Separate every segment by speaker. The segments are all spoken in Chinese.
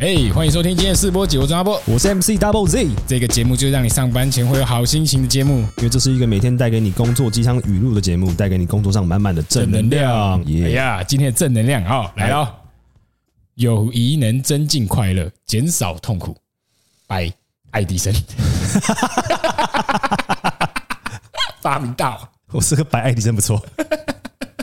Speaker 1: 哎、欢迎收听今天的试播集，我是阿波。
Speaker 2: 我是 MC Double Z，因
Speaker 1: 这个节目就是让你上班前会有好心情的节目。
Speaker 2: 为这是一个每天带给你工作鸡汤语录的节目，带给你工作上满满的正能量。
Speaker 1: 哎
Speaker 2: 耶、
Speaker 1: 呀，今天的正能量哦，来喽！友谊能增进快乐，减少痛苦。拜，爱迪生， 发明大王。
Speaker 2: 我是个白爱迪生，不 错。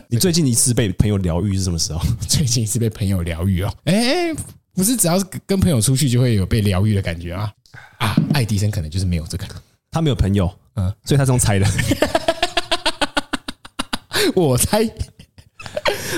Speaker 2: 你最近一次被朋友疗愈是什么时候？
Speaker 1: 最近一次被朋友疗愈哦，哎、不是只要是跟朋友出去就会有被疗愈的感觉啊啊！爱迪生可能就是没有这个。
Speaker 2: 他没有朋友，
Speaker 1: 嗯
Speaker 2: 嗯，所以他是用 猜的。
Speaker 1: 我猜，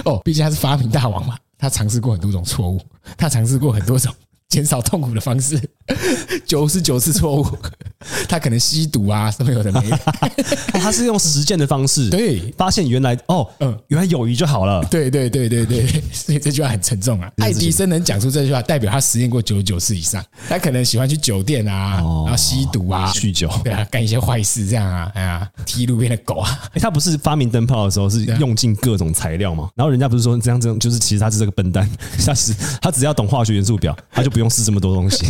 Speaker 1: 哦，毕竟他是发明大王嘛，他尝试过很多种错误，他尝试过很多种减少痛苦的方式， 九十九次错误， 他可能吸毒啊，什么有的没的，
Speaker 2: 哦他是用实践的方式，
Speaker 1: 对。
Speaker 2: 发现原来哦，
Speaker 1: 嗯
Speaker 2: 原来友谊就好了。
Speaker 1: 对对对对对，所以这句话很沉重啊。爱迪生能讲出这句话，代表他实验过九十九次以上。他可能喜欢去酒店啊，
Speaker 2: 哦
Speaker 1: 然后吸毒啊，
Speaker 2: 酗酒，
Speaker 1: 对啊，干一些坏事这样啊，哎呀，踢路边的狗啊，
Speaker 2: 哎，他不是发明灯泡的时候是用尽各种材料吗？然后人家不是说这样这样，就是其实他是这个笨蛋， 他只他只要懂化学元素表，他就不用试这么多东西。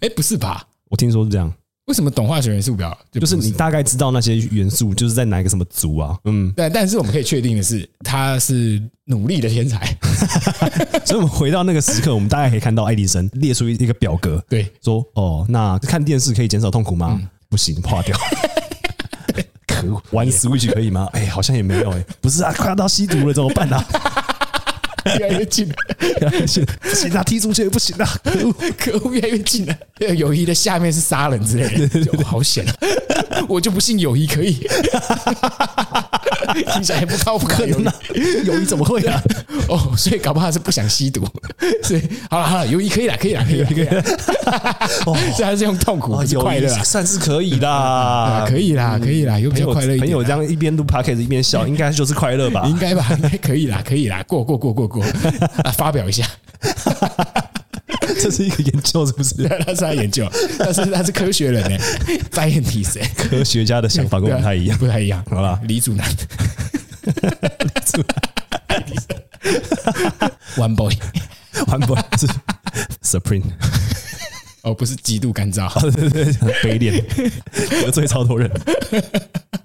Speaker 1: 哎，不是吧？
Speaker 2: 我听说是这样，
Speaker 1: 为什么懂化学元素表就
Speaker 2: 就是
Speaker 1: 不
Speaker 2: 你大概知道那些元素就是在哪一个什么族啊，嗯，
Speaker 1: 但但是我们可以确定的是，他是努力的天才。
Speaker 2: 所以我们回到那个时刻，我们大概可以看到爱迪生列出一个表格，
Speaker 1: 对，嗯
Speaker 2: 说哦，那看电视可以减少痛苦吗？不行，划 掉。可恶，玩 Switch 可以吗？哎、好像也没有哎、不是啊，快要到吸毒了，怎么办啊？
Speaker 1: 越来越近了，
Speaker 2: 不行啊，踢足球也不行啊，可恶。
Speaker 1: 可恶，越来越近了。友谊的下面是杀人之类的，就好险啊！ 我就不信友谊可以， 听起来不靠谱啊，友谊
Speaker 2: 那友谊怎么会 啊？
Speaker 1: 哦，所以搞不好他是不想吸毒， 所以好了好了，友谊可以了，可以了，可以了，可以了。 所以他是用痛苦，
Speaker 2: 哦
Speaker 1: 不是
Speaker 2: 友谊
Speaker 1: 快乐啊，
Speaker 2: 算是可以啦
Speaker 1: 啊，可以啦，可以啦，有比
Speaker 2: 朋
Speaker 1: 较
Speaker 2: 友
Speaker 1: 快乐一
Speaker 2: 朋
Speaker 1: 点
Speaker 2: 友
Speaker 1: 啊。
Speaker 2: 这样一边录 podcast 一边笑，应该就是快乐吧？
Speaker 1: 应该吧，应该可以啦，可以啦，过过过过过，啊，发表一下，
Speaker 2: 这是一个研究，是不 是？
Speaker 1: 他是在研 究，但是他是科学人呢，scientist，欸
Speaker 2: 科学家的想法
Speaker 1: 啊
Speaker 2: 跟我们不太一样。哦
Speaker 1: 不太一样。
Speaker 2: 好啦
Speaker 1: 李祖南，One Boy，
Speaker 2: 环保是 Supreme，
Speaker 1: 哦，不是极度干燥啊，
Speaker 2: 哦对对对，北脸得罪超多人，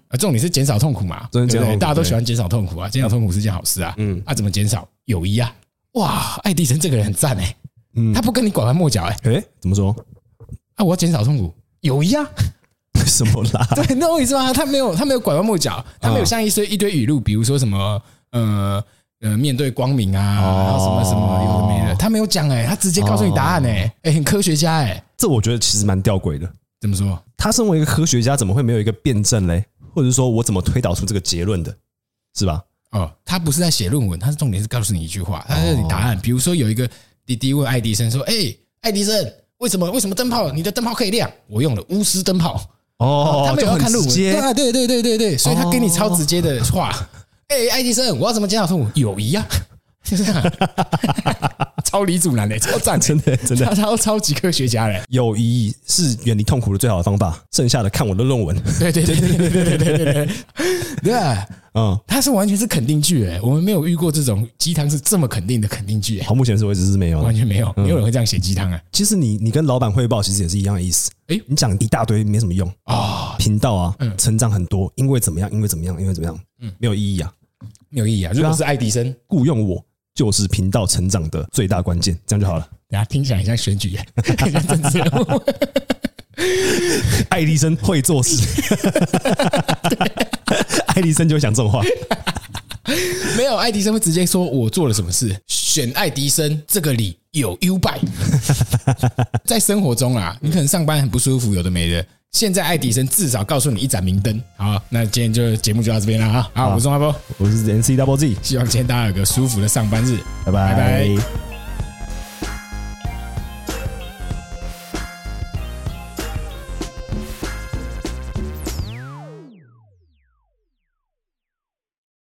Speaker 1: 啊重点是减少痛苦嘛，对
Speaker 2: 真
Speaker 1: 不
Speaker 2: 的减少
Speaker 1: 对？
Speaker 2: 痛苦
Speaker 1: 大家都喜欢减少痛苦啊，减少痛苦是件好事啊。嗯，啊，怎么减少？友谊啊！哇，爱迪生这个人很赞哎，
Speaker 2: 嗯
Speaker 1: 他不跟你拐弯抹角哎，
Speaker 2: 哎，怎么说？
Speaker 1: 啊，我要减少痛苦，友谊啊，
Speaker 2: 什么啦？
Speaker 1: 对，那我意思吗？他没有，他没有拐弯抹角，他没有
Speaker 2: 嗯
Speaker 1: 像一堆一堆语录，比如说什么呃呃，面对光明啊，
Speaker 2: 哦
Speaker 1: 然后什么什么有的没的，他没有讲哎、他直接告诉你答案哎、欸，
Speaker 2: 哦
Speaker 1: 哎、很科学家哎、
Speaker 2: 这我觉得其实蛮吊诡的。
Speaker 1: 怎么说？
Speaker 2: 他身为一个科学家，怎么会没有一个辩证嘞？或者说我怎么推导出这个结论的？是吧？
Speaker 1: 哦，他不是在写论文，他是重点是告诉你一句话，他告诉你答案。
Speaker 2: 哦
Speaker 1: 比如说有一个滴滴问爱迪生说：“哎、爱迪生，为什么为什么灯泡你的灯泡可以亮？我用了钨丝灯泡。”哦他们有要看论文，对啊，对对对对对，所以他给你超直接的话，哎、爱迪生，我要怎么减少痛苦？友谊啊，就这样啊， 超李祖男嘞，超赞，
Speaker 2: 真的真的
Speaker 1: 他超超级科学家嘞，
Speaker 2: 友谊是远离痛苦的最好的方法。剩下的看我的论文。
Speaker 1: 对对对对对对对对对对，对啊，
Speaker 2: 嗯，
Speaker 1: 他是完全是肯定句哎，我们没有遇过这种鸡汤是这么肯定的肯定句哎，
Speaker 2: 好，目前是为止是没有
Speaker 1: 完
Speaker 2: 的。
Speaker 1: 全没有，没有人会这样写鸡汤啊，
Speaker 2: 其实你你跟老板汇报，其实也是一样的意思。
Speaker 1: 哎
Speaker 2: 你讲一大堆没什么用
Speaker 1: 哦，
Speaker 2: 频道啊
Speaker 1: 嗯，
Speaker 2: 成长很多，因为怎么样，因为怎么样，因为怎么样，没有意义啊。
Speaker 1: 没有意义啊。如果是爱迪生，
Speaker 2: 雇佣我就是频道成长的最大关键，这样就好了。
Speaker 1: 等下听起来很像选举，哎 很像政治人物。
Speaker 2: 爱迪生会做事， 爱迪生就会讲这种话。
Speaker 1: 没有，爱迪生会直接说我做了什么事，选爱迪生这个理有 U 拜。在生活中啊，你可能上班很不舒服，有的没的。现在爱迪生至少告诉你一盏明灯。好，那今天就节目就到这边了啊！好，我是钟阿波，
Speaker 2: 我是 N C Double Z，
Speaker 1: 希望今天大家有个舒服的上班日。
Speaker 2: 拜
Speaker 1: 拜
Speaker 2: 拜
Speaker 1: 拜。